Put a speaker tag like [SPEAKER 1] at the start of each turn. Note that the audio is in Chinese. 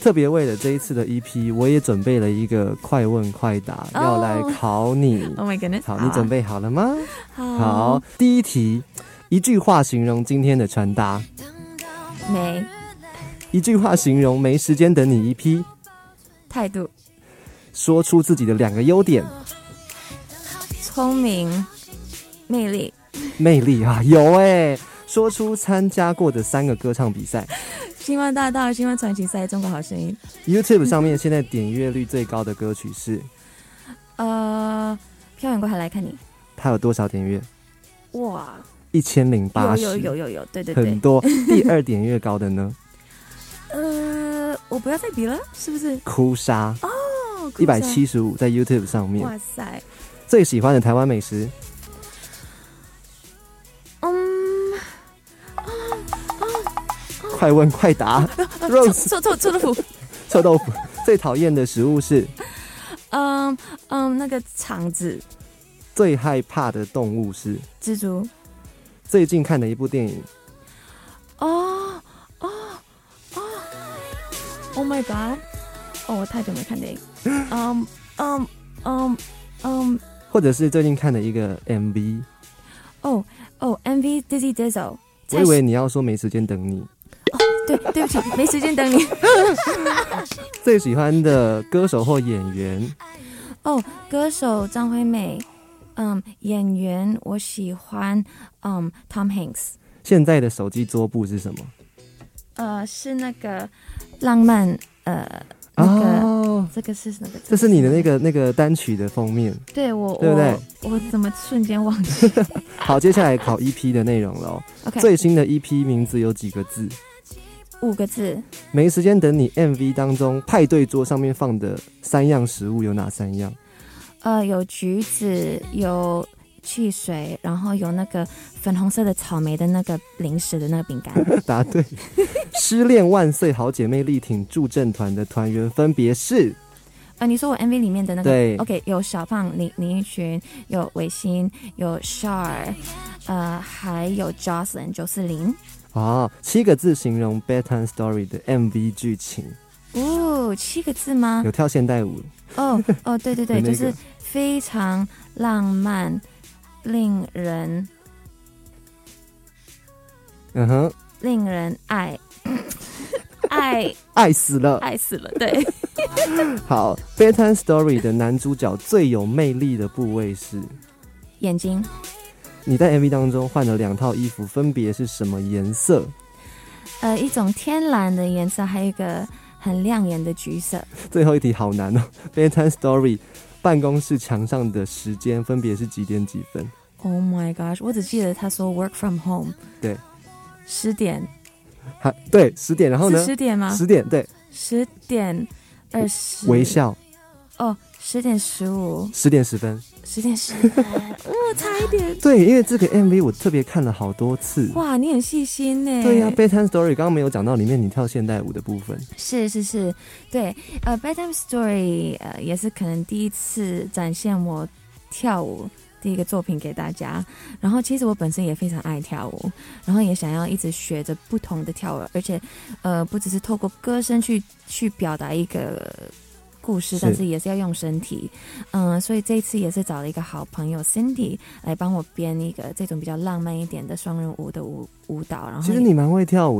[SPEAKER 1] 特别为了这一次的 EP，我也准备了一个快问快答，
[SPEAKER 2] 哦
[SPEAKER 1] 要来考你。
[SPEAKER 2] Oh my goodness！
[SPEAKER 1] 好，你准备好了吗？
[SPEAKER 2] 好
[SPEAKER 1] 好，第一题，一句话形容今天的穿搭，
[SPEAKER 2] 没
[SPEAKER 1] 一句话形容没时间等你 EP，
[SPEAKER 2] 态度，
[SPEAKER 1] 说出自己的两个优点，
[SPEAKER 2] 聪明，魅力，
[SPEAKER 1] 魅力啊，有哎、说出参加过的三个歌唱比赛
[SPEAKER 2] 星光大道，星光传奇赛，中国好声音。
[SPEAKER 1] ，YouTube 上面现在点阅率最高的歌曲是，
[SPEAKER 2] 呃，漂远过海来看你，
[SPEAKER 1] 它有多少点阅？
[SPEAKER 2] 哇，
[SPEAKER 1] 一千零八
[SPEAKER 2] 有
[SPEAKER 1] 十，
[SPEAKER 2] 有有有有，对对
[SPEAKER 1] 很
[SPEAKER 2] 对，
[SPEAKER 1] 多。第二点越高的呢，
[SPEAKER 2] 呃，我不要再比了，是不是？
[SPEAKER 1] 哭砂
[SPEAKER 2] 哦，
[SPEAKER 1] 一
[SPEAKER 2] 哭
[SPEAKER 1] 百
[SPEAKER 2] 声，
[SPEAKER 1] 七十五在 YouTube 上面。
[SPEAKER 2] 哇塞，
[SPEAKER 1] 最喜欢的台湾美食，
[SPEAKER 2] 嗯，
[SPEAKER 1] 快问快 答。Rose
[SPEAKER 2] 臭臭臭豆腐，
[SPEAKER 1] 臭豆腐。最讨厌的食物是，
[SPEAKER 2] 嗯嗯，那个肠子，
[SPEAKER 1] 最害怕的动物是。
[SPEAKER 2] 蜘蛛，
[SPEAKER 1] 最近看的一部电影，
[SPEAKER 2] 哦哦哦，Oh my god！哦，我太久没 看电影。嗯嗯嗯嗯，
[SPEAKER 1] 或者是最近看的一个 MV。
[SPEAKER 2] 哦哦，MV Dizzy Dizzle。
[SPEAKER 1] 我以为你要说没时间等你。
[SPEAKER 2] 对，对不起，没时间 等你。
[SPEAKER 1] 最喜欢的歌手或演员，
[SPEAKER 2] 哦，歌手张惠妹，嗯，演员我喜欢，嗯，Tom Hanks，
[SPEAKER 1] 现在的手机桌布是什么？
[SPEAKER 2] 呃，是那个浪漫，呃，那个、
[SPEAKER 1] 哦，
[SPEAKER 2] 这个是那个，
[SPEAKER 1] 这是你的那个那个单曲的封面。
[SPEAKER 2] 对我，
[SPEAKER 1] 对不对
[SPEAKER 2] 我我怎么瞬间忘 记
[SPEAKER 1] 好，接下来考 EP 的内容了哦。
[SPEAKER 2] ？OK，
[SPEAKER 1] 最新的 EP 名字有几个字？
[SPEAKER 2] 五个字，
[SPEAKER 1] 没时间等你 MV 当中派对桌上面放的三样食物有哪三样？
[SPEAKER 2] 呃，有橘子，有汽水，然后有那个粉红色的草莓的那个零食的那个饼 干。
[SPEAKER 1] 答对。失恋万岁好姐妹力挺助阵团的团员分别是
[SPEAKER 2] 呃，你说我 MV 里面的那个
[SPEAKER 1] 对
[SPEAKER 2] o k 有小胖林林依群，有伟星，有 Shar，呃，还有 Jocelyn 九四零。
[SPEAKER 1] 哦，七个字形容《Bedtime Story》的 MV 剧情，
[SPEAKER 2] 哦，七个字吗
[SPEAKER 1] 有？跳现代舞，
[SPEAKER 2] 哦哦，对对对，
[SPEAKER 1] 有那
[SPEAKER 2] 就
[SPEAKER 1] 个
[SPEAKER 2] 是非常浪漫，令人
[SPEAKER 1] 嗯哼，
[SPEAKER 2] 令人爱 爱
[SPEAKER 1] 爱死了。
[SPEAKER 2] 爱死了，对。
[SPEAKER 1] 好，《Bedtime Story》的男主角最有魅力的部位是？
[SPEAKER 2] 眼睛
[SPEAKER 1] 你在 MV 当中换了两套衣服，分别是什么颜色？
[SPEAKER 2] 呃，一种天蓝的颜色，还有一个很亮眼的橘色。
[SPEAKER 1] 最后一题好难哦， 《Bedtime Story》办公室墙上的时间分别是几点几分？
[SPEAKER 2] Oh my gosh！我只记得他说 work from home，
[SPEAKER 1] 对，
[SPEAKER 2] 十点
[SPEAKER 1] 还对，十点，然后呢
[SPEAKER 2] 是？十点吗？嗯
[SPEAKER 1] 十点，对，
[SPEAKER 2] 十点二十，
[SPEAKER 1] 微笑，
[SPEAKER 2] 哦，十点十五，
[SPEAKER 1] 十点十分。
[SPEAKER 2] 十点十， 哦，差一点，
[SPEAKER 1] 对，因为这个 MV 我特别看了好多次。
[SPEAKER 2] 哇，你很细心呢。
[SPEAKER 1] 对呀、b e d t i m e Story》刚刚没有讲到里面你跳现代舞的部分。
[SPEAKER 2] 是是是，对，呃，bedtime story，呃，也是可能第一次展现我跳舞第一个作品给大家。然后其实我本身也非常爱跳舞，然后也想要一直学着不同的跳舞，而且，呃，不只是透过歌声去去表达一个。故事，
[SPEAKER 1] 是
[SPEAKER 2] 但是也是要用身体，嗯、所以这一次也是找了一个好朋友 Cindy 来帮我编一个这种比较浪漫一点的双人舞的舞舞蹈，然后
[SPEAKER 1] 其实
[SPEAKER 2] 也
[SPEAKER 1] 你蛮会跳舞